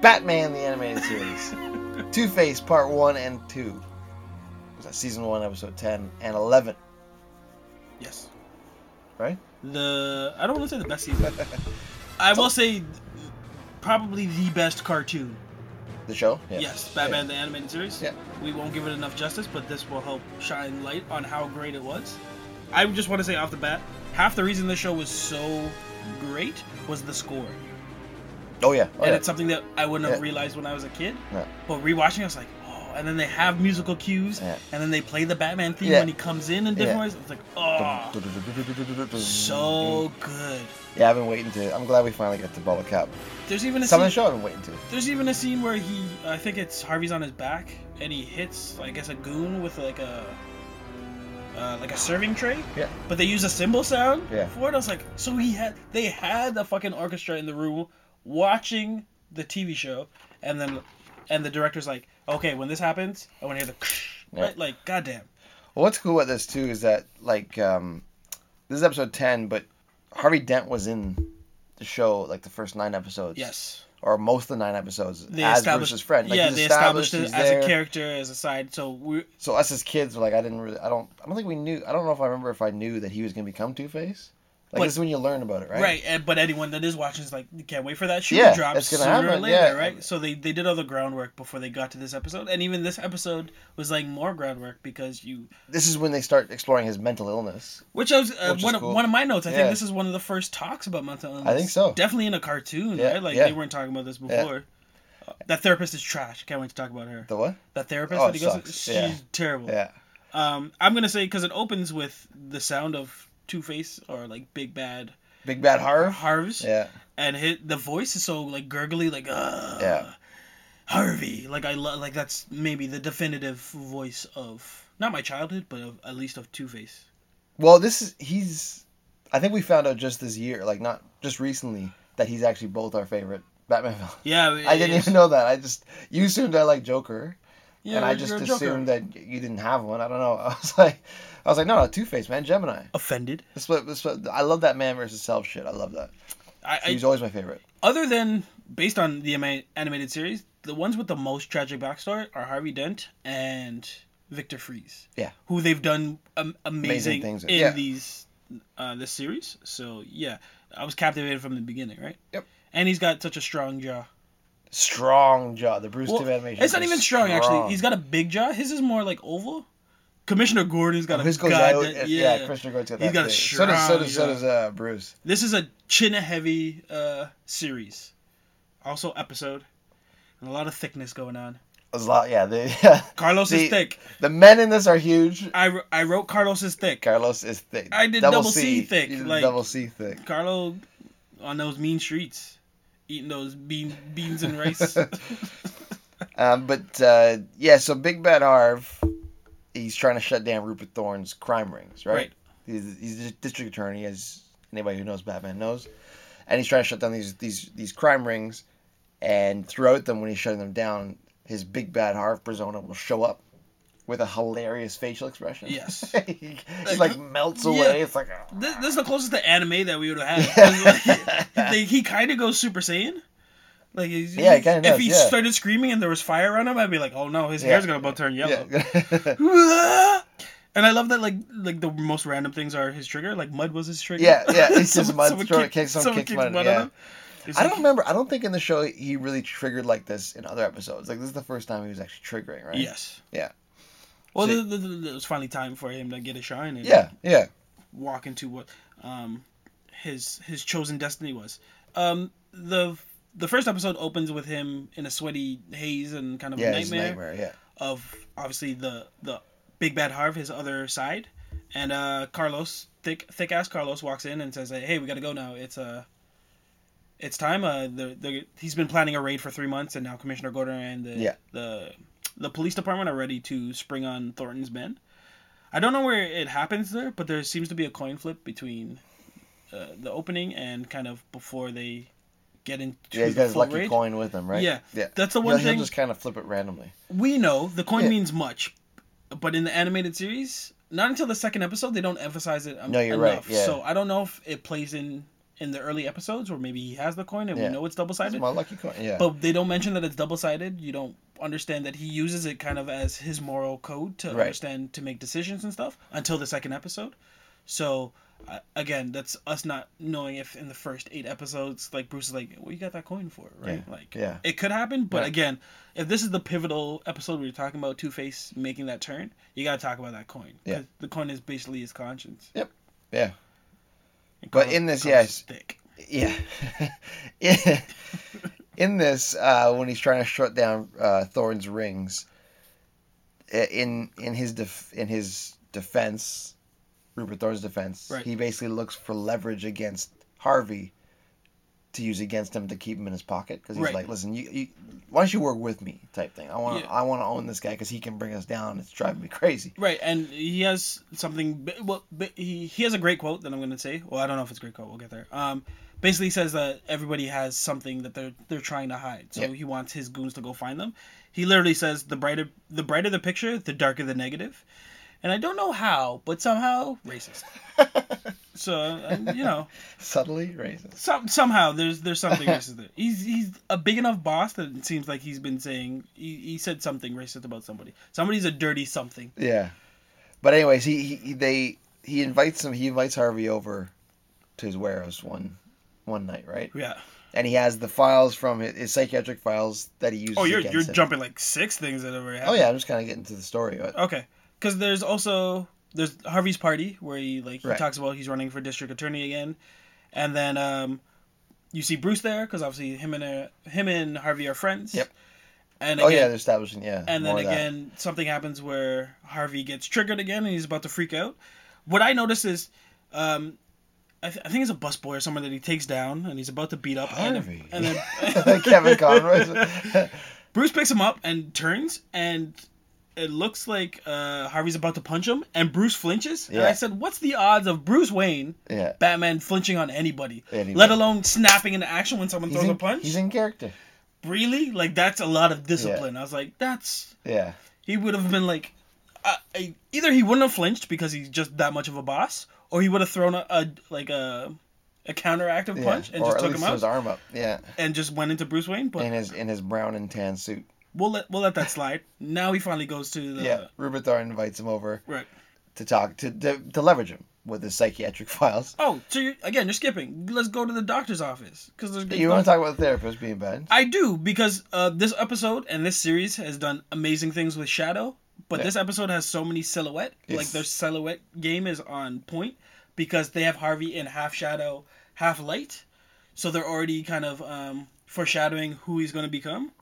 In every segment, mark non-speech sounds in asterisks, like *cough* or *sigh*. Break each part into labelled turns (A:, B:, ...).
A: Batman the Animated Series, Two Face Part 1 and 2. Was that Season 1, Episode 10 and 11,
B: Yes.
A: right?
B: The I don't want to say the
A: *laughs*
B: best season. I will say probably the best cartoon.
A: The show?
B: Yes, Batman the animated series.
A: Yeah.
B: We won't give it enough justice, but this will help shine light on how great it was. I just want to say off the bat, half the reason this show was so great was the score.
A: Oh, yeah. Oh,
B: and
A: yeah.
B: it's something that I wouldn't have
A: Yeah.
B: realized when I was a kid.
A: Yeah.
B: But rewatching, I was like, oh. And then they have musical cues,
A: Yeah.
B: and then they play the Batman theme
A: Yeah.
B: when he comes in in different
A: Yeah.
B: ways. It's like, oh, so good.
A: Yeah, I've been waiting to. I'm glad we finally got to Bubble Cap.
B: There's even a
A: Some of the
B: scene,
A: show I've been waiting to.
B: there's even a scene where he, I think it's Harvey's on his back, and he hits, I guess, a goon with like a. Uh, like a serving tray,
A: Yeah.
B: but they use a cymbal sound
A: Yeah.
B: for it. I was like, so he had they had the fucking orchestra in the room watching the TV show, and then and the director's like, okay, when this happens, I want to hear the
A: Yeah.
B: right, like goddamn,
A: Well, what's cool about this too is that like um, this is episode ten, but Harvey Dent was in the show like the first nine episodes.
B: yes.
A: Or most of the nine episodes
B: They
A: as
B: established-
A: Bruce's friend. Like,
B: yeah,
A: he's
B: they established it
A: he's
B: as a
A: there.
B: character, as a side. So we,
A: So us as kids were like, I didn't really, I don't, I don't think we knew. I don't know if I remember if I knew that he was gonna become Two Face. Like
B: But-
A: this is when you learn about it, right?
B: Right. and, but anyone that is watching is like, you can't wait for that shoe
A: Yeah,
B: to drop
A: it's gonna
B: sooner or
A: happen,
B: later,
A: yeah.
B: right? So they, they did all the groundwork before they got to this episode, and even this episode was like more groundwork because you,
A: This is when they start exploring his mental illness.
B: which I was uh,
A: Which is
B: one of,
A: cool.
B: one of my notes. I
A: Yeah.
B: think this is one of the first talks about mental illness.
A: think so.
B: Definitely in a cartoon,
A: Yeah,
B: right? Like
A: yeah.
B: they weren't talking about this before. Uh, that therapist is trash. Can't wait to talk about her.
A: The what?
B: That therapist
A: Oh,
B: that he goes, to,
A: sucks.
B: she's
A: Yeah.
B: terrible.
A: Yeah.
B: Um, I'm gonna say because it opens with the sound of Two Face or like Big Bad
A: Big Bad Harv.
B: Harvest.
A: Yeah.
B: and his, the voice is so like gurgly, like uh,
A: Yeah.
B: Harvey. Like I love, like that's maybe the definitive voice of not my childhood, but of, at least of Two Face.
A: Well, this is he's. I think we found out just this year, like not just recently, that he's actually both our favorite Batman villains.
B: Yeah,
A: I didn't even know that. I just you assumed I like Joker,
B: Yeah,
A: and I
B: you're-
A: just
B: you're a Joker.
A: assumed that you didn't have one. I don't know. *laughs* I was like, I was like, no, no, Two Face, man, Gemini.
B: offended.
A: This what, this what, I love that man versus self shit. I love that.
B: I, I
A: He's always my favorite.
B: other than based on the ama- animated series, the ones with the most tragic backstory are Harvey Dent and Victor Freeze.
A: Yeah.
B: who they've done um, amazing,
A: Amazing things,
B: in
A: yeah.
B: these uh, this series. So yeah, I was captivated from the beginning, right?
A: Yep.
B: And he's got such a strong jaw.
A: Strong jaw. The Bruce
B: Well,
A: Tim animation.
B: It's not even strong, actually. He's got a big jaw. His is more like oval. Commissioner Gordon's got a
A: Oh, His goes
B: god.
A: out.
B: yeah.
A: and- yeah. Christian Gordon's got that.
B: He's got a
A: thing. So does so
B: strong
A: does so
B: jaw.
A: does uh, Bruce.
B: This is a chin heavy uh, series. Also episode. And a lot of thickness going on.
A: There's a lot. Yeah. They, *laughs* yeah.
B: Carlos
A: The-
B: is thick.
A: The men in this are huge.
B: I, wr- I wrote Carlos is thick.
A: Carlos is thick.
B: I did double C thick,
A: You did
B: like-
A: double C thick.
B: Carlo on those mean streets. Eating those bean, beans
A: *laughs*
B: and rice.
A: Um, but uh, yeah, so Big Bad Harv, he's trying to shut down Rupert Thorne's crime rings, right?
B: Right.
A: He's, he's the district attorney, as anybody who knows Batman knows, and he's trying to shut down these these these crime rings. And throughout them, when he's shutting them down, his Big Bad Harv persona will show up with a hilarious facial expression.
B: Yes.
A: *laughs* he, he, like melts away. It's like. "Ah."
B: this, this is the closest to anime that we would
A: *laughs*
B: have had. 'Cause, like, they- he kind of goes Super Saiyan. Like he's-
A: Yeah, he kinda
B: if
A: does,
B: he
A: yeah.
B: started screaming and there was fire on him, I'd be like, oh no, his
A: Yeah.
B: hair's gonna about turn yellow.
A: Yeah.
B: *laughs* and I love that like like the most random things are his trigger. Like mud was his trigger.
A: Yeah, yeah, it's
B: *laughs*
A: just mud, throw it,
B: kick-
A: kick, someone kicks mud,
B: on
A: yeah.
B: him.
A: *laughs*
B: It's
A: I
B: like-
A: don't remember. I don't think in the show he really triggered like this in other episodes. Like this is the first time he was actually triggering, right?
B: Yes.
A: Yeah.
B: Well,
A: See-
B: th th- th- it was finally time for him to get a shine and
A: Yeah. Yeah.
B: walk into what um, his his chosen destiny was. Um, the the first episode opens with him in a sweaty haze and kind of
A: Yeah. It's a
B: nightmare,
A: nightmare. Yeah.
B: of obviously the the big bad Harv, his other side, and uh, Carlos thick thick ass Carlos walks in and says, like, "Hey, we gotta go now. It's uh, it's time. Uh, the, the he's been planning a raid for three months, and now Commissioner Gordon and the
A: Yeah.
B: the the police department are ready to spring on Thornton's men." I don't know where it happens there, but there seems to be a coin flip between uh, the opening and kind of before they get into
A: Yeah. He's
B: the
A: got his
B: full
A: lucky
B: raid.
A: coin with him, right?
B: Yeah.
A: Yeah.
B: That's the
A: He'll-
B: one
A: he'll
B: thing
A: just kind of flip it randomly.
B: we know the coin
A: Yeah.
B: means much, but in the animated series, not until the second episode they don't emphasize it um,
A: No, you're right,
B: enough.
A: yeah.
B: So I don't know if it plays in in the early episodes where maybe he has the coin and
A: Yeah.
B: we know it's double
A: It's
B: sided,
A: my lucky coin. Yeah.
B: but they don't mention that it's double sided. You don't understand that he uses it kind of as his moral code to
A: Right.
B: understand to make decisions and stuff until the second episode. So uh, again, that's us not knowing if in the first eight episodes, like Bruce is like, "Well, you got that coin for it, right?" Like,
A: yeah.
B: it could happen, but
A: Yeah.
B: again, if this is the pivotal episode we were talking about Two Face making that turn, you got to talk about that coin.
A: Yeah.
B: 'Cause the coin is basically his conscience.
A: Yep. Yeah.
B: And
A: But
B: Carlos-
A: in this,
B: Carlos
A: yes.
B: is thick.
A: Yeah. *laughs* In- in this, uh, when he's trying to shut down uh, Thorn's rings, i- in in his def- in his defense, Rupert Thorne's defense,
B: Right.
A: he basically looks for leverage against Harvey to use against him to keep him in his pocket because he's
B: Right.
A: like, listen, you, you why don't you work with me type thing. I want to
B: Yeah.
A: I want to own this guy because he can bring us down. It's driving me crazy. *laughs*
B: Right, and he has something. bi- Well, bi- he he has a great quote that I'm going to say. Well, I don't know if it's a great quote. We'll get there. Um, basically he says that everybody has something that they're they're trying to hide. So
A: Yeah.
B: he wants his goons to go find them. He literally says the brighter the brighter the picture, the darker the negative. And I don't know how, but somehow racist. so uh, you know,
A: Subtly racist.
B: some somehow there's there's something racist there. He's he's a big enough boss that it seems like he's been saying he, he said something racist about somebody. Somebody's a dirty something.
A: Yeah, but anyways, he, he they he invites him. He invites Harvey over to his warehouse one one night, right?
B: Yeah.
A: And he has the files from his, his psychiatric files that he uses.
B: Oh, you're
A: against
B: you're
A: him.
B: jumping like six things that ever
A: Oh
B: happened.
A: yeah, I'm just kind of getting to the story. But,
B: Okay, because there's also there's Harvey's party where he like he
A: Right.
B: talks about he's running for district attorney again, and then um, you see Bruce there because obviously him and uh, him and Harvey are friends.
A: Yep.
B: And
A: oh
B: again,
A: yeah, they're establishing yeah.
B: and then
A: more of that.
B: again something happens where Harvey gets triggered again and he's about to freak out. What I notice is, um, I, th- I think it's a busboy or someone that he takes down and he's about to beat up and-
A: Harvey.
B: and
A: *laughs* *laughs*
B: then
A: Kevin
B: *laughs*
A: Conroy.
B: Bruce picks him up and turns, and it looks like uh, Harvey's about to punch him, and Bruce flinches. And
A: Yeah.
B: I said, "What's the odds of Bruce Wayne,
A: yeah.
B: Batman, flinching on anybody,
A: Anybody.
B: let alone snapping into action when someone
A: He's
B: throws
A: in,
B: a punch?
A: He's in character.
B: really? Like that's a lot of discipline." I was like, "That's
A: Yeah.
B: he would have been like, I, I, either he wouldn't have flinched because he's just that much of a boss, or he would have thrown a, a like a." A counteractive
A: yeah.
B: punch and
A: or
B: just
A: at
B: took
A: least
B: him
A: his
B: out
A: arm up. Yeah.
B: and just went into Bruce Wayne, but
A: In his in his brown and tan suit.
B: we'll let we'll let that slide. Now he finally goes to the
A: yeah. Rupert Thorne invites him over
B: right.
A: to talk to, to to leverage him with his psychiatric *laughs* files.
B: Oh, so you're, again, you're skipping. Let's go to the doctor's office because there's.
A: You want to talk about the therapist being bad?
B: I do because uh, this episode and this series has done amazing things with shadow, but
A: Yeah.
B: this episode has so many silhouette. Like
A: Yes.
B: their silhouette game is on point because they have Harvey in half shadow, half light, so they're already kind of um, foreshadowing who he's going to become.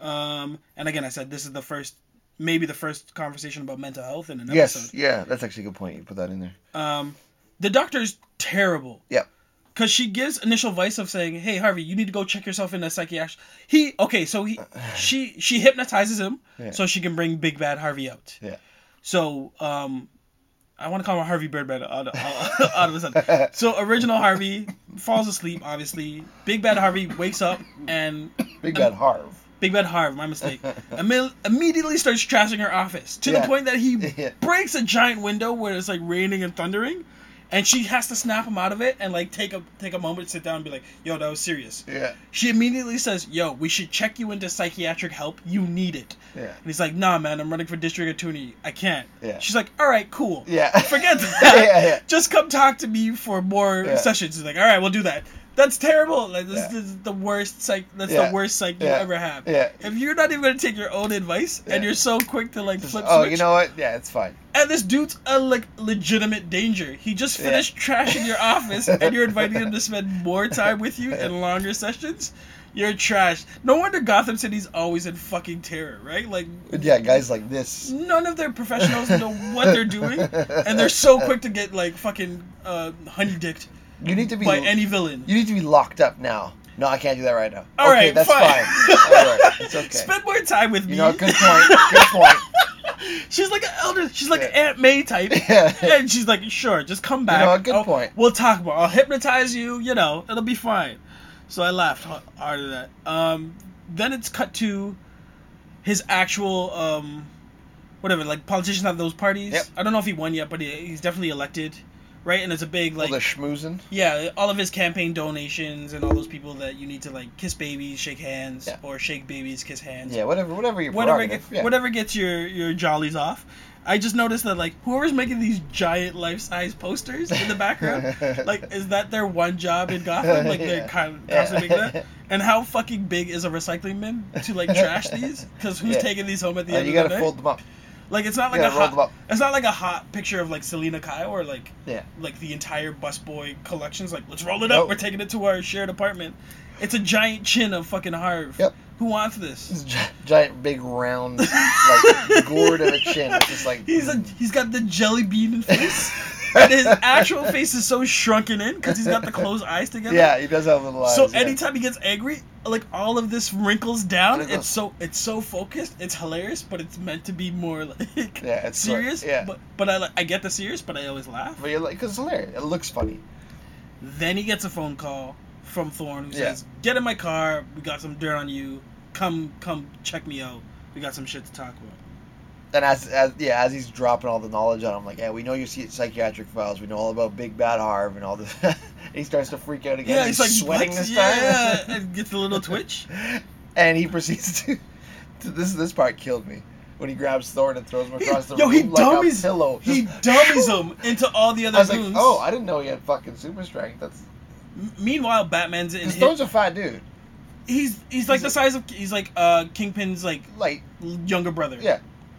B: Um, and again, I said this is the first, maybe the first conversation about mental health in an
A: Yes,
B: episode.
A: yeah, that's actually a good point. You put that in there.
B: Um, the doctor's terrible.
A: Yep.
B: Because she gives initial advice of saying, "Hey Harvey, you need to go check yourself in a psychiatric." He okay,
A: *sighs*
B: so he she she hypnotizes him
A: Yeah.
B: so she can bring Big Bad Harvey out.
A: Yeah.
B: So um, I want to call him Harvey Birdman out, of- *laughs* out of a sudden. So original Harvey falls asleep. Obviously, Big Bad Harvey wakes up and
A: *laughs* Big bad Harv. *laughs*
B: Big Bad Harv, my mistake, imme- immediately starts trashing her office to
A: Yeah.
B: the point that he
A: *laughs* Yeah.
B: breaks a giant window where it's like raining and thundering, and she has to snap him out of it and like take a take a moment, sit down, and be like, "Yo, that was serious."
A: Yeah,
B: She immediately says, "Yo, we should check you into psychiatric help. You need it."
A: yeah,
B: And he's like, "Nah, man, I'm running for district attorney. I can't."
A: Yeah.
B: She's like, "All right, cool.
A: yeah. *laughs*
B: Forget
A: yeah,
B: that.
A: yeah, yeah.
B: Just come talk to me for more
A: Yeah.
B: sessions." He's like, "All right, we'll do that." That's terrible. Like this,
A: Yeah.
B: this is the worst psych. That's
A: Yeah.
B: the worst psych
A: Yeah.
B: you ever have.
A: Yeah.
B: If you're not even gonna take your own advice,
A: Yeah.
B: and you're so quick to like flip
A: Oh,
B: switch,
A: you know what? Yeah, it's fine.
B: and this dude's a like legitimate danger. He just
A: Yeah.
B: finished trashing your office, and you're
A: *laughs*
B: inviting him to spend more time with you in longer sessions. You're trash. No wonder Gotham City's always in fucking terror, right? Like
A: But yeah, guys like this.
B: none of their professionals know what they're doing, and they're so quick to get like fucking uh, honey dicked
A: You need to be.
B: by any villain.
A: you need to be locked up now. No, I can't do that right now.
B: All
A: okay,
B: right,
A: that's
B: fine.
A: All right,
B: *laughs*
A: it's okay.
B: Spend more time with
A: you
B: me.
A: know, good point.
B: *laughs*
A: Good point.
B: she's like an elder. She's like
A: Yeah.
B: an Aunt May type.
A: *laughs* Yeah.
B: and she's like, sure, just come back.
A: know, good
B: I'll-
A: point.
B: We'll talk more. I'll hypnotize you. You know, it'll be fine. So I laughed ha- hard at that. Um, then it's cut to his actual um, whatever. Like politicians have those parties.
A: Yep.
B: I don't know if he won yet, but he, he's definitely elected. right? And it's a big
A: all
B: like
A: the schmoozing.
B: yeah, all of his campaign donations and all those people that you need to like kiss babies, shake hands,
A: Yeah.
B: or shake babies, kiss hands.
A: Yeah, whatever, whatever your
B: Whatever,
A: prerogative.
B: get-
A: yeah.
B: whatever gets your your jollies off. I just noticed that like whoever's making these giant life size posters in
A: *laughs*
B: the background, like is that their one job in Gotham? Like
A: Yeah.
B: they're kind of
A: Yeah. Uh,
B: constantly
A: *laughs*
B: making that. And how fucking big is a recycling bin to like trash these? Because who's
A: Yeah.
B: taking these home at the
A: Uh,
B: end
A: you
B: of the
A: gotta
B: day?
A: fold them up.
B: Like it's not like
A: Yeah,
B: a
A: roll them
B: hot.
A: up.
B: It's not like a hot picture of like Selena Kyle or like
A: Yeah.
B: like the entire busboy collections. Like let's roll it
A: Nope.
B: up. We're taking it to our shared apartment. It's a giant chin of fucking Harv.
A: Yep.
B: Who wants this?
A: This gi- giant, big, round, like gourd of a chin. It's just like mm.
B: He's a he's got the jelly
A: *laughs*
B: bean face, and his actual face is so shrunken in because he's got the closed eyes together.
A: yeah, he does have little eyes.
B: So
A: yeah.
B: anytime he gets angry, like all of this wrinkles down.
A: Wrinkles.
B: It's so it's so focused. It's hilarious, but it's meant to be more like
A: *laughs* Yeah, it's sort-
B: serious.
A: yeah.
B: But but I like I get the serious, but I always laugh.
A: but you're like, cause it's hilarious. It looks funny.
B: Then he gets a phone call from Thorn who
A: Yeah.
B: says, "Get in my car. We got some dirt on you. Come, come, check me out. We got some shit to talk about."
A: And as, as yeah, as he's dropping all the knowledge on him, like, yeah, we know your psy- psychiatric files. We know all about Big Bad Harv and all this. *laughs* and he starts to freak out again.
B: Yeah, he's like
A: sweating
B: what?
A: this
B: yeah,
A: *laughs* time.
B: and gets a little twitch.
A: *laughs* and he proceeds to, to this this part killed me when he grabs Thorn and throws him
B: He-
A: across the
B: yo,
A: room
B: he
A: like
B: dummies-
A: a pillow.
B: He
A: Just-
B: dummies him into all the
A: I
B: other
A: was like,
B: goons.
A: oh, I didn't know he had fucking super strength. That's
B: M- meanwhile, Batman's in.
A: because
B: His,
A: Thorn's a fat dude,
B: he's he's like the size of he's like uh Kingpin's like
A: like
B: younger brother.
A: yeah.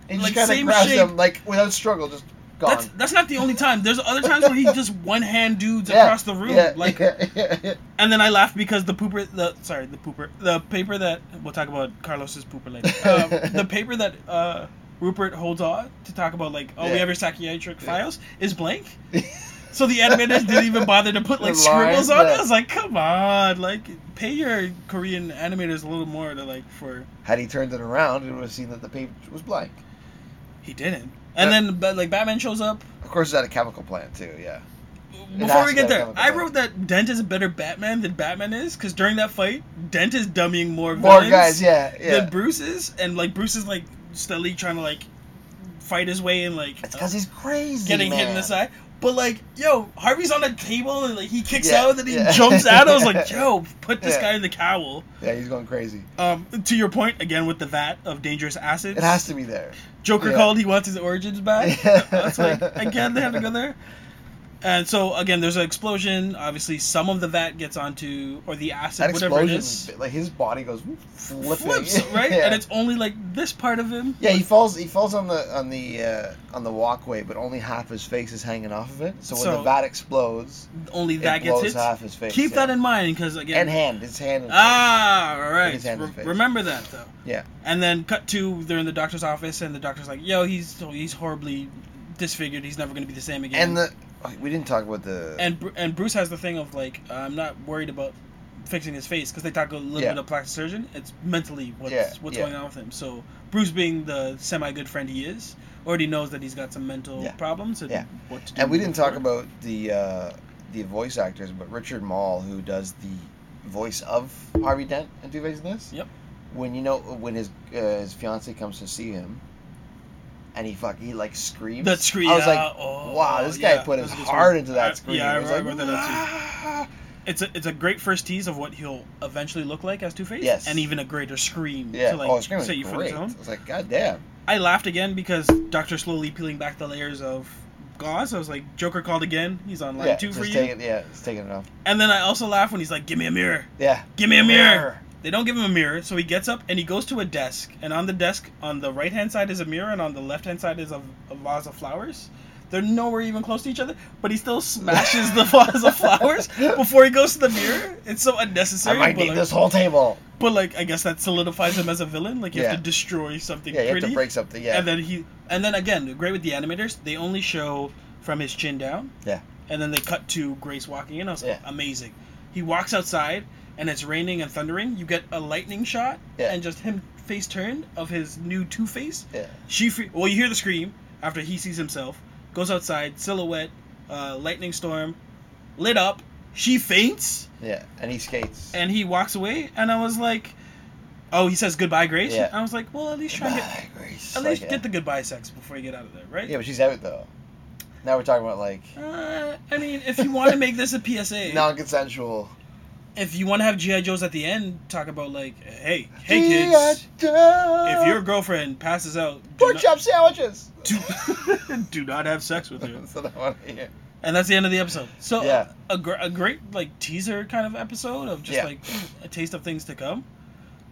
A: He just
B: Like,
A: kind of
B: same
A: grabs
B: shape.
A: him like without struggle, just gone.
B: That's that's not the only time. There's other
A: *laughs*
B: times where he just one hand dudes
A: Yeah,
B: across the room.
A: yeah,
B: like
A: yeah, yeah, yeah.
B: And then I laughed because the pooper, the sorry, the pooper, the paper that we'll talk about Carlos's pooper
A: *laughs*
B: later. Uh, the paper that uh, Rupert holds on to talk about, like, oh,
A: Yeah.
B: we have your psychiatric
A: Yeah.
B: files,
A: *laughs*
B: is blank. so the animators didn't even bother to put
A: The
B: like scribbles
A: lines,
B: on it.
A: yeah.
B: I was like, come on, like, pay your Korean animators a little more to like for.
A: *laughs* Had he turned it around, it would have seen that the page was blank.
B: He didn't. And
A: Yeah.
B: then, but like, Batman shows up.
A: Of course, it's at a chemical plant too. Yeah.
B: Before we
A: accident,
B: get
A: I
B: there,
A: don't
B: I
A: know.
B: wrote that Dent is a better Batman than Batman is because during that fight, Dent is dummying more
A: More
B: villains.
A: guys. Yeah, yeah.
B: than Bruce is, and like Bruce is like steadily trying to like fight his way and like
A: it's because he's crazy.
B: getting hit in
A: man.
B: the side. But like, yo, Harvey's on a table and like he kicks
A: Yeah,
B: out and then he
A: yeah.
B: jumps out. I
A: *laughs*
B: was like, yo, put this
A: Yeah.
B: guy in the cowl.
A: Yeah, he's going crazy.
B: Um, to your point again with the vat of dangerous acids.
A: It has to be there.
B: Joker
A: yeah.
B: called. He wants his origins
A: *laughs*
B: back.
A: Yeah.
B: That's like again they have to go there. And so again, there's an explosion. Obviously, some of the vat gets onto or the acid,
A: That
B: whatever it
A: explosion,
B: is,
A: like his body goes flipping. *laughs*
B: flips right,
A: yeah.
B: and it's only like this part of him.
A: yeah, he falls. He falls on the on the uh, on the walkway, but only half his face is hanging off of it. So when
B: So-
A: the vat explodes,
B: only
A: it
B: that gets
A: blows
B: hit.
A: half his face.
B: Keep
A: yeah.
B: that in mind because again,
A: And hand, his hand. and
B: ah, all right.
A: His hand in
B: Re-
A: face.
B: remember that though.
A: Yeah.
B: And then cut to they're in the doctor's office, and the doctor's like, "Yo, he's he's horribly disfigured. He's never gonna be the same
A: face.
B: again."
A: and the oh, we didn't talk about the
B: and Bru- and Bruce has the thing of like, I'm not worried about fixing his face because they talk a little
A: Yeah.
B: bit of plastic surgeon. It's mentally what's
A: Yeah,
B: what's
A: yeah.
B: going on with him. So Bruce, being the semi good friend he is, already knows that he's got some mental
A: Yeah.
B: problems. And
A: Yeah.
B: What to do
A: and we didn't talk
B: before.
A: about the uh, the voice actors, but Richard Mall, who does the voice of Harvey Dent in Two Face in this.
B: Yep.
A: When you know when his uh, his fiance comes to see him, and he fuck he like screams.
B: That scream.
A: I was like,
B: yeah, oh,
A: wow, this guy
B: yeah,
A: put
B: that
A: his
B: was a good
A: heart
B: scream.
A: into that
B: I-
A: scream.
B: Yeah, I,
A: It was like,
B: remember that
A: "Ah."
B: too. It's a it's a great first tease of what he'll eventually look like as Two Face.
A: Yes.
B: and even a greater scream.
A: Yeah.
B: to like
A: oh, the scream was
B: set you for the
A: great. I
B: tone.
A: was like, god damn.
B: I laughed again because Doctor slowly peeling back the layers of gauze. I was like, Joker called again. He's on line
A: yeah,
B: two for
A: just
B: you.
A: taking, yeah, it's taking it off.
B: And then I also laugh when he's like, "Give me a mirror,
A: Yeah.
B: give me a mirror." They don't give him a mirror, so he gets up and he goes to a desk. And on the desk, on the right hand side is a mirror, and on the left hand side is a, a vase of flowers. They're nowhere even close to each other, but he still smashes the *laughs* vase of flowers before he goes to the mirror. It's so
A: I
B: unnecessary.
A: might
B: but,
A: need
B: like,
A: this whole table.
B: but like, I guess that solidifies him as a villain. Like you
A: Yeah.
B: have to destroy something
A: Yeah, you have
B: pretty,
A: to break something. Yeah.
B: and then he, and then again, great with the animators. They only show from his chin down.
A: Yeah.
B: And then they cut to Grace walking in. I was like,
A: Yeah.
B: amazing. He walks outside, and it's raining and thundering. You get a lightning shot,
A: Yeah.
B: and just him face turned of his new Two Face.
A: yeah.
B: She, fre- well, you hear the scream after he sees himself. Goes outside, silhouette, uh, lightning storm, lit up. She faints,
A: Yeah. And he skates.
B: and he walks away. And I was like, oh, he says goodbye, Grace.
A: Yeah.
B: I was like, well, at least try and get
A: Ah, Grace.
B: at
A: Like,
B: least
A: yeah.
B: get the goodbye sex before you get out of there, right?
A: Yeah, but she's out though. Now we're talking about like
B: Uh, I mean, if you want to make this a
A: *laughs*
B: PSA,
A: non-consensual.
B: if you want to have GI Joes at the end, talk about like, hey, hey kids, if
A: if
B: your girlfriend passes out, do
A: pork
B: not,
A: chop sandwiches.
B: *laughs* do, *laughs* do not have sex with her,
A: *laughs* That's what I want to hear.
B: and that's the end of the episode. So
A: Yeah.
B: a, gr- a great like teaser kind of episode of just
A: Yeah.
B: like a taste of things to come.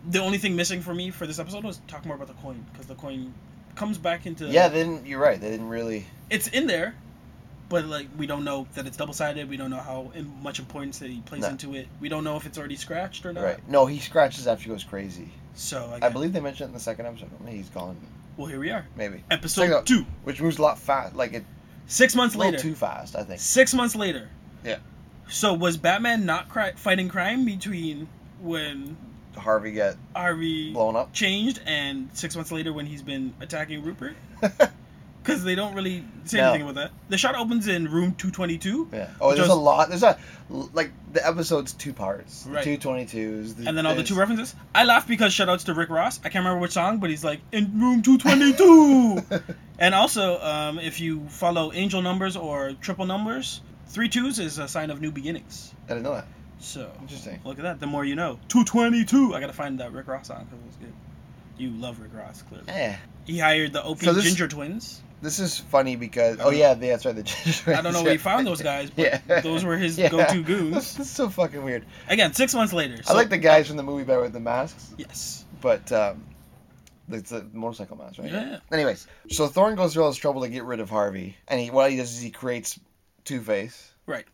B: The only thing missing for me for this episode was talk more about the coin because the coin comes back into
A: Yeah, they didn't. You're right. They didn't really.
B: it's in there, but like we don't know that it's double sided. We don't know how im- much importance that he plays
A: No.
B: into it. We don't know if it's already scratched or not.
A: Right. No, he scratches after he goes crazy.
B: So
A: I
B: again,
A: believe they mentioned it in the second episode. Maybe he's gone.
B: well, here we are,
A: Maybe.
B: episode
A: Second-
B: two,
A: Which moves a lot fast. Like it-
B: six
A: it's
B: months
A: a little
B: later.
A: too fast. I think.
B: Six months later.
A: Yeah.
B: So was Batman not cri- fighting crime between when
A: Harvey got
B: Harvey
A: blown up.
B: changed and six months later when he's been attacking Rupert?
A: *laughs*
B: Because they don't really say
A: No.
B: anything about that. The shot opens in room two twenty two,
A: Yeah. Oh, there's
B: Just-
A: a lot. There's a like the episode's two parts.
B: Right.
A: Right. Two twenty twos.
B: and then all the
A: there's-
B: two references. I laugh because shoutouts to Rick Ross. I can't remember which song, but he's like in room two twenty
A: *laughs*
B: two. and also, um, if you follow angel numbers or triple numbers, three twos is a sign of new beginnings.
A: I didn't know that.
B: So
A: Interesting.
B: look at that. The more you know. Two twenty two. I gotta find that Rick Ross song because it was good. You love Rick Ross clearly.
A: Eh.
B: He hired the Opie
A: So
B: and
A: this-
B: Ginger twins.
A: This is funny because
B: I
A: oh
B: don't-
A: yeah, that's right. The *laughs*
B: Uh, I don't know where he found those guys, but
A: Yeah. *laughs*
B: those were his
A: Yeah.
B: go-to
A: That's,
B: goons.
A: that's so fucking weird.
B: Again, six months later.
A: I like the guys from the movie better with the masks,
B: Yes.
A: but um, it's the motorcycle mask, right?
B: Yeah.
A: Anyways, so Thorn goes through all this trouble to get rid of Harvey, and he, what he does is he creates Two Face,
B: Right.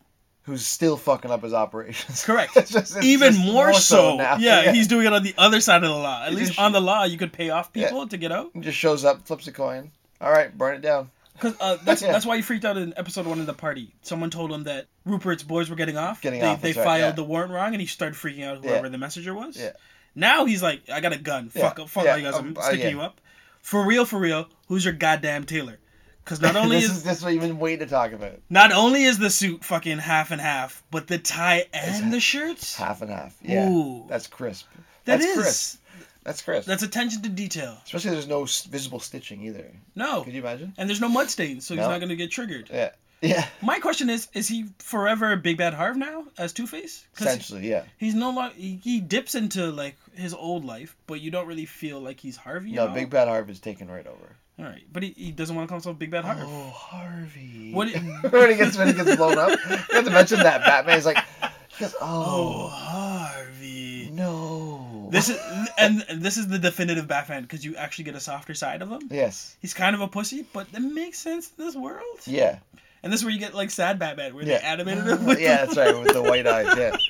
A: who's still fucking up his operations. *laughs*
B: Correct.
A: It's just- it's
B: Even
A: just
B: more, so.
A: now. *laughs*
B: yeah, he's doing it on the other side of the law. At
A: He
B: least
A: just-
B: on the law, you could pay off people to
A: *laughs*
B: get out.
A: He just shows up, flips a coin. All right, burn it down.
B: Because uh, that's
A: Yeah.
B: that's why he freaked out in episode one of the party. Someone told him that Rupert's boys were getting off.
A: Getting
B: they
A: off,
B: they
A: that's right,
B: filed
A: yeah.
B: the warrant wrong, and he started freaking out.
A: Yeah.
B: Whoever the messenger was.
A: Yeah.
B: Now he's like, I got a gun.
A: Yeah.
B: Fuck, fuck
A: Yeah,
B: all you guys. I'm
A: um, uh,
B: sticking
A: yeah.
B: you up. For real, for real. Who's your goddamn tailor? Because not only
A: *laughs* this
B: is
A: is this is what you've been waiting to talk about.
B: Not only is the suit fucking half and half, but the tie and the shirts.
A: Half and half. Yeah,
B: Ooh.
A: that's crisp.
B: That
A: that's
B: is-
A: crisp. That's crisp.
B: That's attention to detail.
A: Especially there's no s- visible stitching either.
B: No.
A: Could you imagine?
B: And there's no mud stains, so he's
A: No.
B: not going to get triggered.
A: Yeah. *laughs* Yeah.
B: My question is is he forever Big Bad Harv now as Two Face? Because
A: Essentially, yeah.
B: he's no longer. He, he dips into like his old life, but you don't really feel like he's Harvey.
A: No,
B: at all.
A: Big Bad Harv is taken right over.
B: All right. But he, he doesn't want to call himself Big Bad Harv.
A: Oh, Harvey.
B: What
A: What?
B: do
A: *laughs*
B: you-
A: when he gets when he gets blown up, you have to mention that Batman. He's like, he goes,
B: Oh,
A: oh,
B: Harvey.
A: no.
B: Oh. This is and and this is the definitive Batman because you actually get a softer side of him.
A: yes,
B: He's kind of a pussy, but that makes sense in this world.
A: yeah,
B: And this is where you get like sad Batman, where
A: Yeah.
B: they animated him.
A: *laughs*
B: With
A: yeah.
B: the-
A: That's right with the white eyes.
B: *laughs*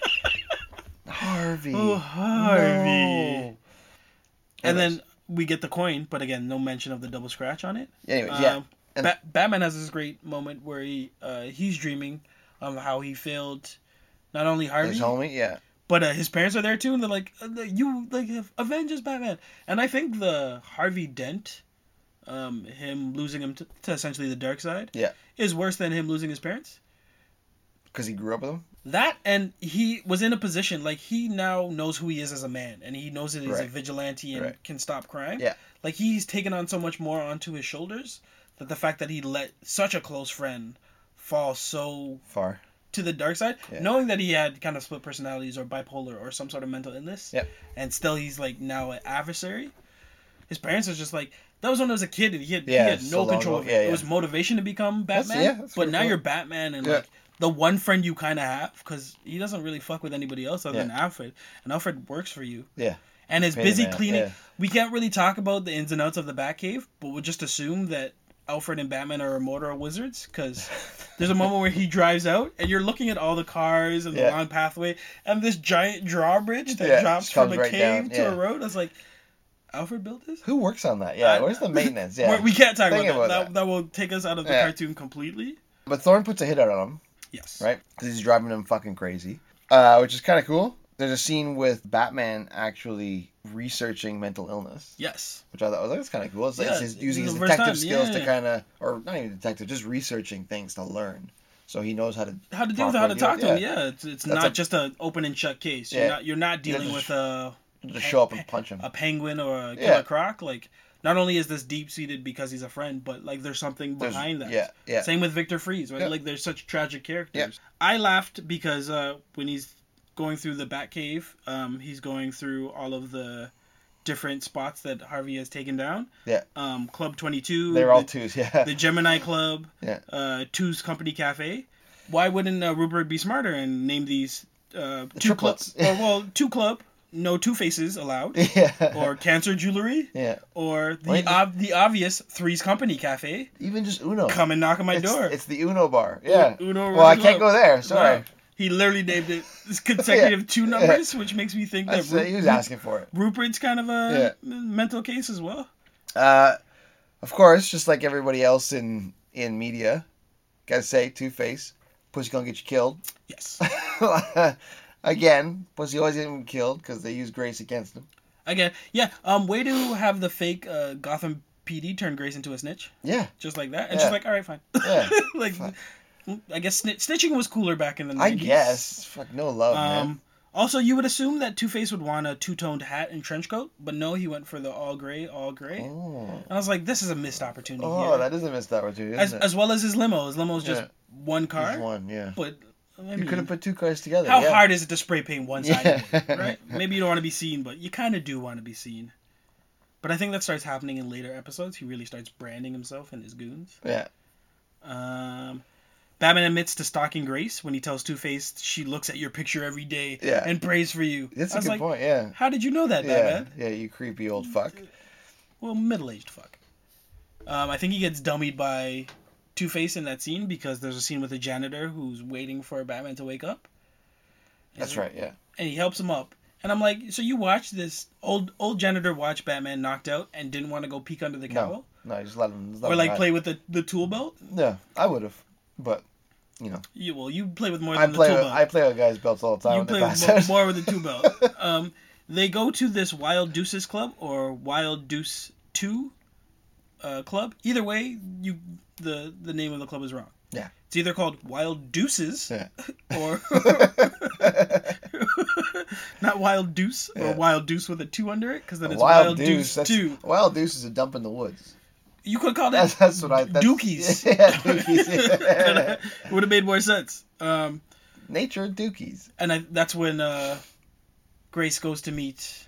A: Yeah, Harvey.
B: Oh, Harvey.
A: No.
B: And then
A: Anyways.
B: we get the coin, but again, no mention of the double scratch on it.
A: Anyways, Uh, yeah.
B: Um,
A: And-
B: Ba- Batman has this great moment where he uh, he's dreaming of how he failed, not only Harvey,
A: His homie. Yeah.
B: but uh, his parents are there too, and they're like, uh, the- "You like have Avengers, Batman." And I think the Harvey Dent, um, him losing him to, to essentially the dark side,
A: Yeah.
B: is worse than him losing his parents.
A: Because he grew up with him.
B: That and he was in a position like he now knows who he is as a man, and he knows that he's a
A: Right.
B: vigilante and
A: Right.
B: can stop crime.
A: Yeah.
B: like he's taken on so much more onto his shoulders that the fact that he let such a close friend fall so
A: Far.
B: to the dark side,
A: Yeah.
B: knowing that he had kind of split personalities or bipolar or some sort of mental illness,
A: Yep.
B: and still he's like now an adversary. His parents are just like that was when I was a kid and he had,
A: Yeah,
B: he had
A: it's so
B: no
A: long
B: control
A: ago.
B: over it.
A: Yeah,
B: It
A: yeah.
B: was motivation to become
A: That's-
B: Batman,
A: yeah, that's a
B: but
A: good
B: now
A: point.
B: you're Batman and
A: Yeah.
B: like the one friend you kind of have because he doesn't really fuck with anybody else other
A: Yeah.
B: than Alfred, and Alfred works for you
A: Yeah.
B: and is
A: Pay the
B: busy
A: man,
B: cleaning.
A: yeah.
B: We can't really talk about the ins and outs of the Batcave, but we'll just assume that Alfred and Batman are immortal wizards because there's a moment where he drives out and you're looking at all the cars and the
A: Yeah.
B: long pathway and this giant drawbridge that
A: Yeah,
B: drops
A: just
B: from
A: comes
B: a
A: right
B: cave
A: down,
B: to a
A: yeah.
B: road. I was like, Alfred built this?
A: Who works on that? Yeah.
B: I-
A: Where's the
B: *laughs*
A: maintenance? Yeah.
B: Uh, We, we can't talk about
A: Think
B: that.
A: about
B: that.
A: that.
B: that will take us out of the
A: Yeah.
B: cartoon completely.
A: But Thorn puts a hit out on him.
B: Yes.
A: right? 'Cause he's driving him fucking crazy, uh, which is kind of cool. There's a scene with Batman actually researching mental illness,
B: Yes.
A: which I thought was like, that's kind of cool. It's, like
B: Yeah,
A: it's his, using
B: it's
A: his
B: the first
A: detective
B: time,
A: skills
B: yeah.
A: to kind of, or not even detective, just researching things to learn. So he knows how to
B: How to deal with it, how to talk
A: properly-
B: to him. Yeah, it's, it's not
A: a-
B: just an open and shut case. You're
A: Yeah.
B: not you're not
A: You don't
B: dealing with
A: just-
B: a
A: Just show up and punch him.
B: a penguin or a killer
A: Yeah.
B: croc. Like not only is this deep seated because he's a friend, but like there's something
A: There's-
B: behind that.
A: Yeah, yeah.
B: Same with Victor Freeze, right?
A: Yeah.
B: Like there's such tragic characters. I laughed because uh, when he's going through the Batcave, um, he's going through all of the different spots that Harvey has taken down.
A: Yeah.
B: Um, Club Twenty Two.
A: They're all twos. *laughs* Yeah.
B: the Gemini Club.
A: Yeah.
B: Uh, Two's Company Cafe. Why wouldn't uh, Rupert be smarter and name these uh, two
A: triplets. *laughs*
B: clubs? or well, two club, no two faces allowed,
A: yeah.
B: or Cancer Jewelry,
A: yeah.
B: or the
A: Wait.
B: ob- the obvious Three's Company Cafe.
A: Even just Uno.
B: Come and knock on my
A: Oh. it's,
B: door.
A: It's the Uno bar. Yeah.
B: Uno
A: well, I
B: Royal
A: can't go
B: Club.
A: there. Sorry.
B: Wow. He literally
A: *laughs*
B: named it *laughs* consecutive two numbers, which makes me think that
A: That's, uh,
B: Ru-
A: he was asking for it.
B: Rupert's kind of a mental case as well.
A: Uh, of course, just like everybody else in in media, gotta say, Two Face, Pussy gonna get you killed. *laughs*
B: Yes.
A: Again, Pussy always getting him killed because they use grace against him.
B: Again, yeah. Um, way to have the fake uh, Gotham PD turn Grace into a snitch,
A: Yeah,
B: just like that, and
A: Yeah.
B: she's like, "All right, fine." *laughs*
A: Yeah.
B: like,
A: Fine.
B: I guess snitch- snitching was cooler back in the 90s.
A: I guess. Fuck no love, man.
B: Um, also, you would assume that Two Face would want a two toned hat and trench coat, but no, he went for the all gray, all gray.
A: Oh,
B: And I was like, "This is a missed opportunity."
A: oh
B: here.
A: that is a missed opportunity.
B: as,
A: isn't it?
B: as well as his limo. His limo is just
A: Yeah.
B: one car.
A: Just one, yeah.
B: But I
A: You
B: mean,
A: could have put two cars together.
B: how
A: yeah.
B: hard is it to spray paint one side?
A: Yeah. *laughs*
B: of it, Right? Maybe you don't want to be seen, but you kind of do want to be seen. But I think that starts happening in later episodes. He really starts branding himself and his goons.
A: Yeah.
B: Um, Batman admits to stalking Grace when he tells Two Face she looks at your picture every day
A: Yeah.
B: and prays for you.
A: That's
B: I
A: a
B: was
A: good
B: like,
A: point. Yeah.
B: How did you know that,
A: Yeah.
B: Batman? Mm,
A: Yeah. You creepy old fuck.
B: Well, middle aged fuck. Um, I think he gets dummied by Two Face in that scene because there's a scene with a janitor who's waiting for Batman to wake up,
A: That's right. Yeah.
B: and he helps him up. And I'm like, so you watched this old old janitor watch Batman knocked out and didn't want to go peek under the cowl
A: No, just let him. Just let
B: or
A: him
B: like
A: ride.
B: play with the, the tool belt?
A: Yeah, I would have, but you know,
B: You well, you play with more
A: I
B: than the
A: play.
B: tool
A: With,
B: belt.
A: I play with guys' belts all the time.
B: you
A: when they
B: play
A: pass
B: with more,
A: out. *laughs*
B: more with the tool belt. um, they go to this Wild Deuces club or Wild Deuce Two uh, club. Either way, you the the name of the club is wrong.
A: Yeah.
B: It's either called Wild Deuces
A: Yeah.
B: *laughs*
A: *laughs*
B: or *laughs* not Wild Deuce or
A: Yeah.
B: Wild Deuce with a two under it because then
A: A
B: it's
A: wild,
B: Wild,
A: deuce.
B: Deuce,
A: that's,
B: Two.
A: Wild deuce is a dump in the woods.
B: You could call
A: That's
B: that
A: that's what I. That's,
B: Dookies.
A: *laughs* Yeah,
B: *laughs*
A: dookies.
B: it would have made more sense. Um,
A: Nature dookies.
B: and I, that's when uh, Grace goes to meet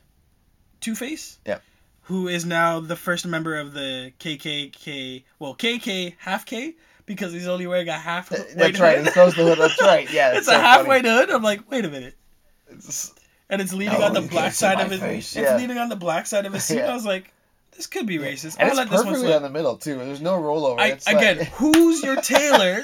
B: Two Face.
A: Yeah.
B: Who is now the first member of the KKK? Well, KK half K because he's only wearing a half.
A: Th-
B: white
A: That's right.
B: hood.
A: It's close to hood. That's
B: *laughs*
A: right. Yeah.
B: it's
A: so
B: a half white
A: funny.
B: hood. I'm like, wait a minute,
A: It's-
B: and it's leaning
A: No,
B: on the
A: you
B: black
A: can't see
B: side
A: my
B: of his.
A: face,
B: It's
A: yeah.
B: leaning on the black side of his seat.
A: Yeah.
B: I was like, this could be racist.
A: And
B: I'll
A: it's
B: let this one
A: perfectly in
B: slip.
A: the middle too. There's no rollover.
B: I,
A: It's like-
B: again, who's
A: *laughs*
B: your tailor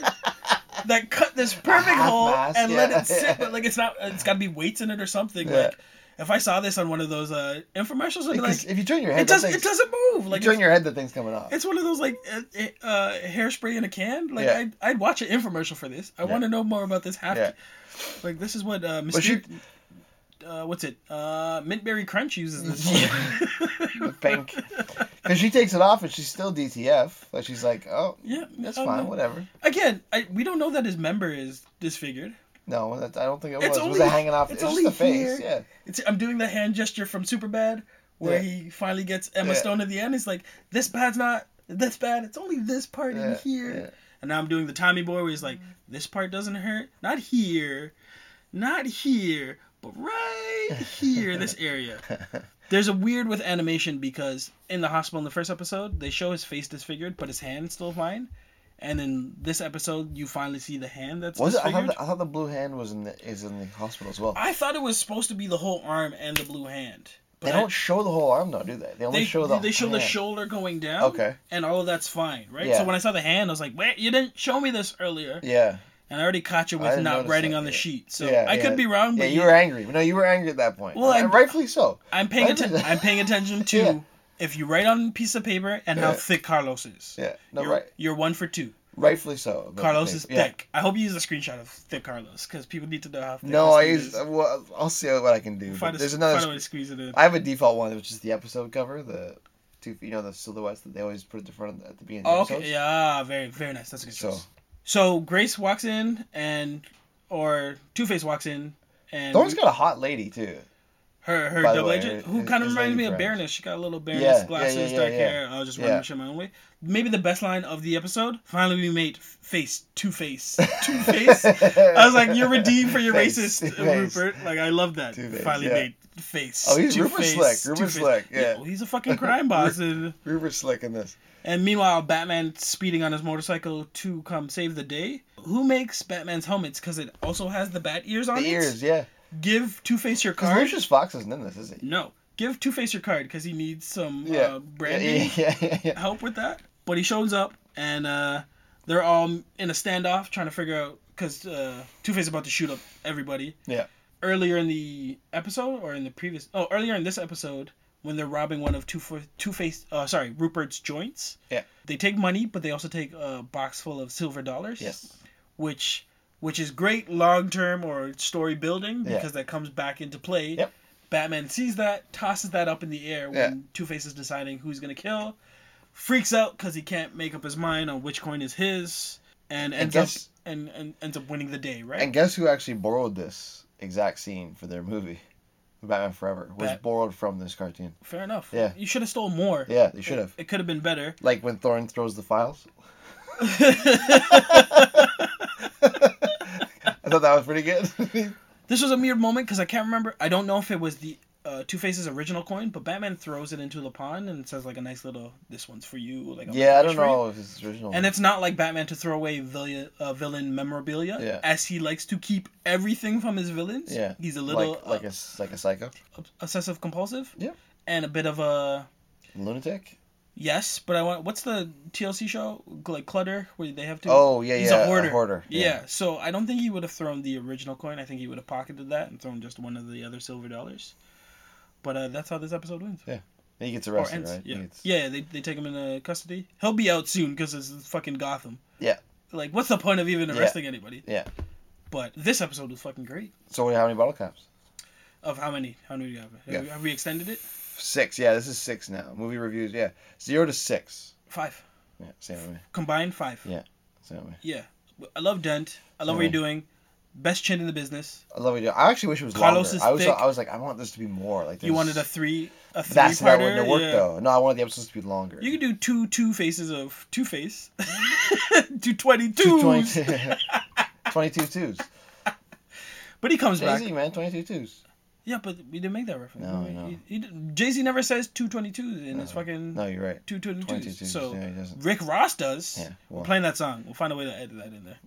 B: that cut this perfect
A: half
B: hole
A: mask,
B: and
A: yeah,
B: let it sit?
A: yeah.
B: But like, it's not. It's got to be weights in it or something.
A: Yeah.
B: Like, if I saw this on one of those uh, infomercials,
A: *laughs*
B: I'd be
A: because
B: like,
A: if you turn your head,
B: it does.
A: that
B: It
A: thing's-
B: doesn't move.
A: you
B: Like,
A: turn
B: it's,
A: your head, the thing's coming off.
B: it's one of those like uh, uh, hairspray in a can. Like,
A: Yeah.
B: I'd, I'd watch an infomercial for this. I
A: Yeah.
B: want to know more about this half.
A: Yeah.
B: Like, this is what uh,
A: But she-
B: Myster- uh what's it? Uh, Mintberry Crunch uses this.
A: *laughs* Yeah. Pink. Because she takes it off and she's still DTF. Like she's like, oh,
B: *laughs* yeah,
A: that's
B: I don't
A: fine,
B: know.
A: whatever.
B: Again, I, we don't know that his member is disfigured.
A: No, that, I don't think it was.
B: It's
A: was
B: only-
A: it hanging off? It's,
B: it's
A: just
B: only
A: the face.
B: here.
A: Yeah.
B: It's, I'm doing the hand gesture from Superbad, where
A: Yeah.
B: he finally gets Emma
A: Yeah.
B: Stone at the end. He's like, "This bad's not this bad. It's only this part
A: Yeah,
B: in here."
A: yeah.
B: And now I'm doing the Tommy Boy, where he's like, "This part doesn't hurt. Not here, not here, but right
A: *laughs*
B: here, this area." There's a weird with animation because in the hospital in the first episode, they show his face disfigured, but his hand's still fine. And in this episode, you finally see the hand that's
A: Was it? I
B: disfigured.
A: thought, the, I thought the blue hand was in the is in the hospital as well.
B: I thought it was supposed to be the whole arm and the blue hand.
A: they
B: I-
A: don't show the whole arm though, do they? They only
B: they
A: show the.
B: they show the
A: hand.
B: shoulder going down.
A: Okay.
B: And all of that's fine, right?
A: Yeah.
B: So when I saw the hand, I was like, "Wait, you didn't show me this earlier."
A: Yeah.
B: And I already caught you
A: I
B: with
A: didn't
B: not
A: notice
B: writing
A: that,
B: on the
A: yeah.
B: sheet, so
A: yeah,
B: I
A: yeah.
B: could be wrong.
A: Yeah,
B: But
A: you were angry. No, you were angry at that point.
B: Well, I-
A: And rightfully so.
B: I'm paying
A: I did
B: attention.
A: that.
B: I'm
A: *laughs*
B: paying attention to
A: Yeah.
B: if you write on a piece of paper and how
A: Yeah.
B: thick Carlos is.
A: Yeah. No,
B: you're,
A: right.
B: you're one for two.
A: Rightfully so.
B: Carlos is
A: Yeah.
B: thick. I hope you use a screenshot of thick Carlos because people need to know how thick.
A: No, I
B: this dude
A: use.
B: is.
A: Well, I'll see what I can do. but
B: Find a,
A: There's
B: find a
A: another.
B: way to squeeze it in.
A: I have a default one, which is the episode cover, the two, you know, the silhouettes that they always put at the front of the, at the beginning. Of the
B: Oh, okay.
A: episodes.
B: Yeah. Very, very nice. That's a good
A: So-
B: choice. So Grace walks in, and or Two Face walks in, and
A: Thor's got a hot lady too.
B: Her her
A: By the
B: double
A: way,
B: agent,
A: her-
B: who kind of
A: his lady
B: reminds me of
A: friends.
B: Baroness. She got a little Baroness
A: Yeah, yeah,
B: glasses,
A: yeah, yeah,
B: dark
A: yeah.
B: hair. I was just running
A: Yeah.
B: shit my own way. Maybe the best line of the episode. Finally, we made face
A: *laughs*
B: two face two face. I was like, you're redeemed for your
A: Face,
B: racist uh,
A: Two-Face.
B: Rupert. Like I love that.
A: Two-Face,
B: Finally
A: yeah.
B: made face.
A: Oh, he's Rupert
B: Two-Face,
A: Slick. Rupert
B: Two-Face.
A: Slick, yeah.
B: well, he's a fucking
A: *laughs*
B: crime boss. and,
A: Rupert Slick in this.
B: and meanwhile, Batman speeding on his motorcycle to come save the day. Who makes Batman's helmets? Because it also has the bat ears on
A: The
B: it.
A: ears, yeah.
B: Give Two Face your
A: Because
B: card.
A: Lucius Fox isn't in this, is he?
B: No, give Two Face your card because he needs some
A: Yeah.
B: uh,
A: Yeah,
B: branding
A: yeah, yeah, yeah, yeah.
B: help with that. But he shows up and uh, they're all in a standoff trying to figure out because uh, Two Face is about to shoot up everybody.
A: Yeah.
B: Earlier in the episode or in the previous oh earlier in this episode when they're robbing one of Two Two Face uh, sorry Rupert's joints.
A: Yeah.
B: They take money, but they also take a box full of silver dollars
A: Yes.
B: which which is great long term or story building
A: Yeah.
B: because that comes back into play.
A: Yep.
B: Batman sees that, tosses that up in the air when
A: Yeah.
B: Two Face is deciding who he's gonna kill, freaks out because he can't make up his mind on which coin is his, and ends
A: guess-
B: up and, and ends up winning the day, right?
A: And guess who actually borrowed this exact scene for their movie? Batman Forever was
B: Bat-
A: borrowed from this cartoon.
B: Fair enough.
A: Yeah.
B: You should have stole more.
A: Yeah, they should have.
B: It could have been better. *laughs*
A: Like when Thorin throws the files. *laughs* I thought that was pretty good.
B: This was a weird moment because I can't remember. I don't know if it was the uh, Two Face's original coin, but Batman throws it into the pond and it says like a nice little "This one's for you." Like a
A: yeah, I don't
B: for you.
A: know if it's original.
B: And it's not like Batman to throw away villain, uh, villain memorabilia,
A: Yeah.
B: as he likes to keep everything from his villains.
A: yeah,
B: he's a little
A: like, like a s- like a psycho
B: uh, obsessive compulsive.
A: Yeah.
B: and a bit of a
A: lunatic.
B: yes, but I want what's the TLC show like Clutter where they have to.
A: Oh yeah,
B: he's
A: yeah,
B: a hoarder.
A: Yeah.
B: Yeah. so I don't think he would have thrown the original coin. I think he would have pocketed that and thrown just one of the other silver dollars. But uh, that's how this episode went.
A: he gets
B: Or
A: arrested,
B: ends.
A: right? He
B: Yeah,
A: gets-
B: yeah. They, they take him into custody. He'll be out soon because it's fucking Gotham.
A: Yeah.
B: Like, what's the point of even
A: Yeah.
B: arresting anybody?
A: Yeah.
B: But this episode was fucking great.
A: So how many bottle caps?
B: Of how many? How many do you have? Have,
A: Yeah.
B: we, have we extended it?
A: Six. Yeah, this is six now. Movie reviews. Yeah, zero to six.
B: Five.
A: Yeah, same with me.
B: Combined five.
A: Yeah. Same with me.
B: Yeah. I love Dent. I love what
A: Same.
B: you're doing. Best chin in the business.
A: I love what you do. I actually wish it was
B: Carlos
A: longer.
B: is
A: I was
B: thick.
A: I was like I want this to be more like.
B: You
A: there's-
B: wanted a three, a three
A: That's not
B: parter.
A: wouldn't work
B: yeah.
A: though. No, I wanted the episodes to be longer.
B: You could do two two faces of two face, *laughs* two
A: *laughs*
B: twenty
A: Two
B: twos.
A: 20 22
B: *laughs*
A: twos.
B: But he comes
A: Jay
B: back.
A: Z man, twenty two twos.
B: Yeah, but we didn't make that reference.
A: No, I know.
B: Jay Z never says two twenty twos in his fucking
A: No, you're right.
B: two twenty
A: Twenty two
B: twos.
A: twos.
B: So
A: yeah, he doesn't.
B: Rick Ross does.
A: Yeah,
B: We're
A: well.
B: playing that song. We'll find a way to edit that in there.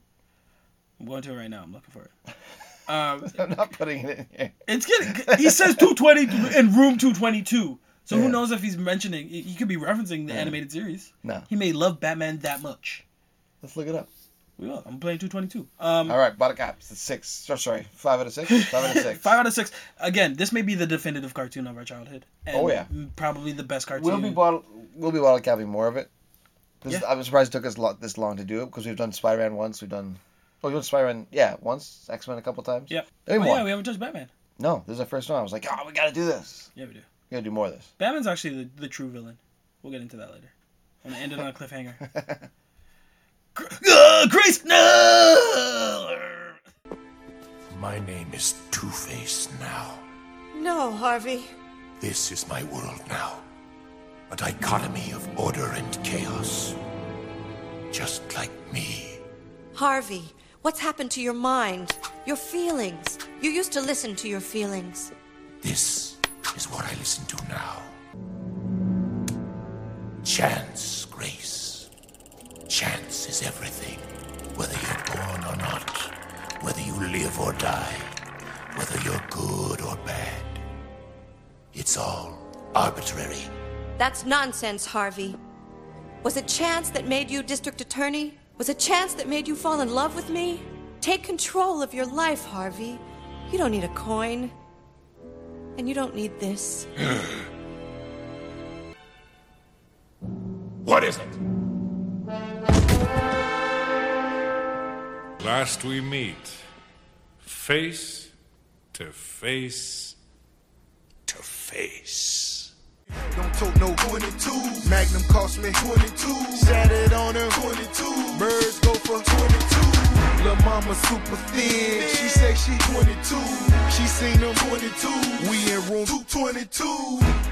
B: I'm going to it right now. I'm looking for
A: *laughs*
B: it. Um,
A: I'm not putting it in here.
B: it's getting. He says 220 in room 222. So
A: Yeah.
B: who knows if he's mentioning? He he could be referencing the animated series.
A: No,
B: He may love Batman that much.
A: let's look it up.
B: We will. I'm playing 222. Um,
A: All right, bottle caps. It's six. So- Sorry, five out of six. Five out of six.
B: *laughs* five out of six. Again, this may be the definitive cartoon of our childhood. And
A: Oh, yeah.
B: probably the best cartoon.
A: We'll be bottle. We'll be bottle capping more of it. This,
B: Yeah.
A: I'm surprised it took us lo- this long to do it because we've done Spider Man once. We've done. Oh, we've done Spider Man. Yeah, once. X Men a couple times.
B: Yep.
A: There'll
B: Oh,
A: be more.
B: yeah, we haven't touched Batman.
A: No, this is the first one. I was like, oh, we gotta do this.
B: Yeah, we do.
A: We gotta do more of this.
B: Batman's actually the, the true villain. We'll get into that later. I'm gonna end it on a cliffhanger.
A: *laughs*
B: Gr- uh, Ugh, Grace, no!
C: My name is Two Face now.
D: No, Harvey.
C: This is my world now. A dichotomy of order and chaos. Just like me.
D: Harvey, what's happened to your mind? Your feelings? You used to listen to your feelings.
C: This is what I listen to now. Chance, Grace. Chance is everything. Whether you're born or not, whether you live or die, whether you're good or bad. It's all arbitrary.
D: That's nonsense, Harvey. Was it chance that made you district attorney? Was it chance that made you fall in love with me? Take control of your life, Harvey. You don't need a coin. And you don't need this.
C: What is it?
E: Last we meet, face to face.
C: to face.
F: Don't tote no 22. Magnum cost me 22. Sat it on her 22. Birds go for 22.
C: Lil' mama super thin. She say she 22. She seen them 22. We in room 222.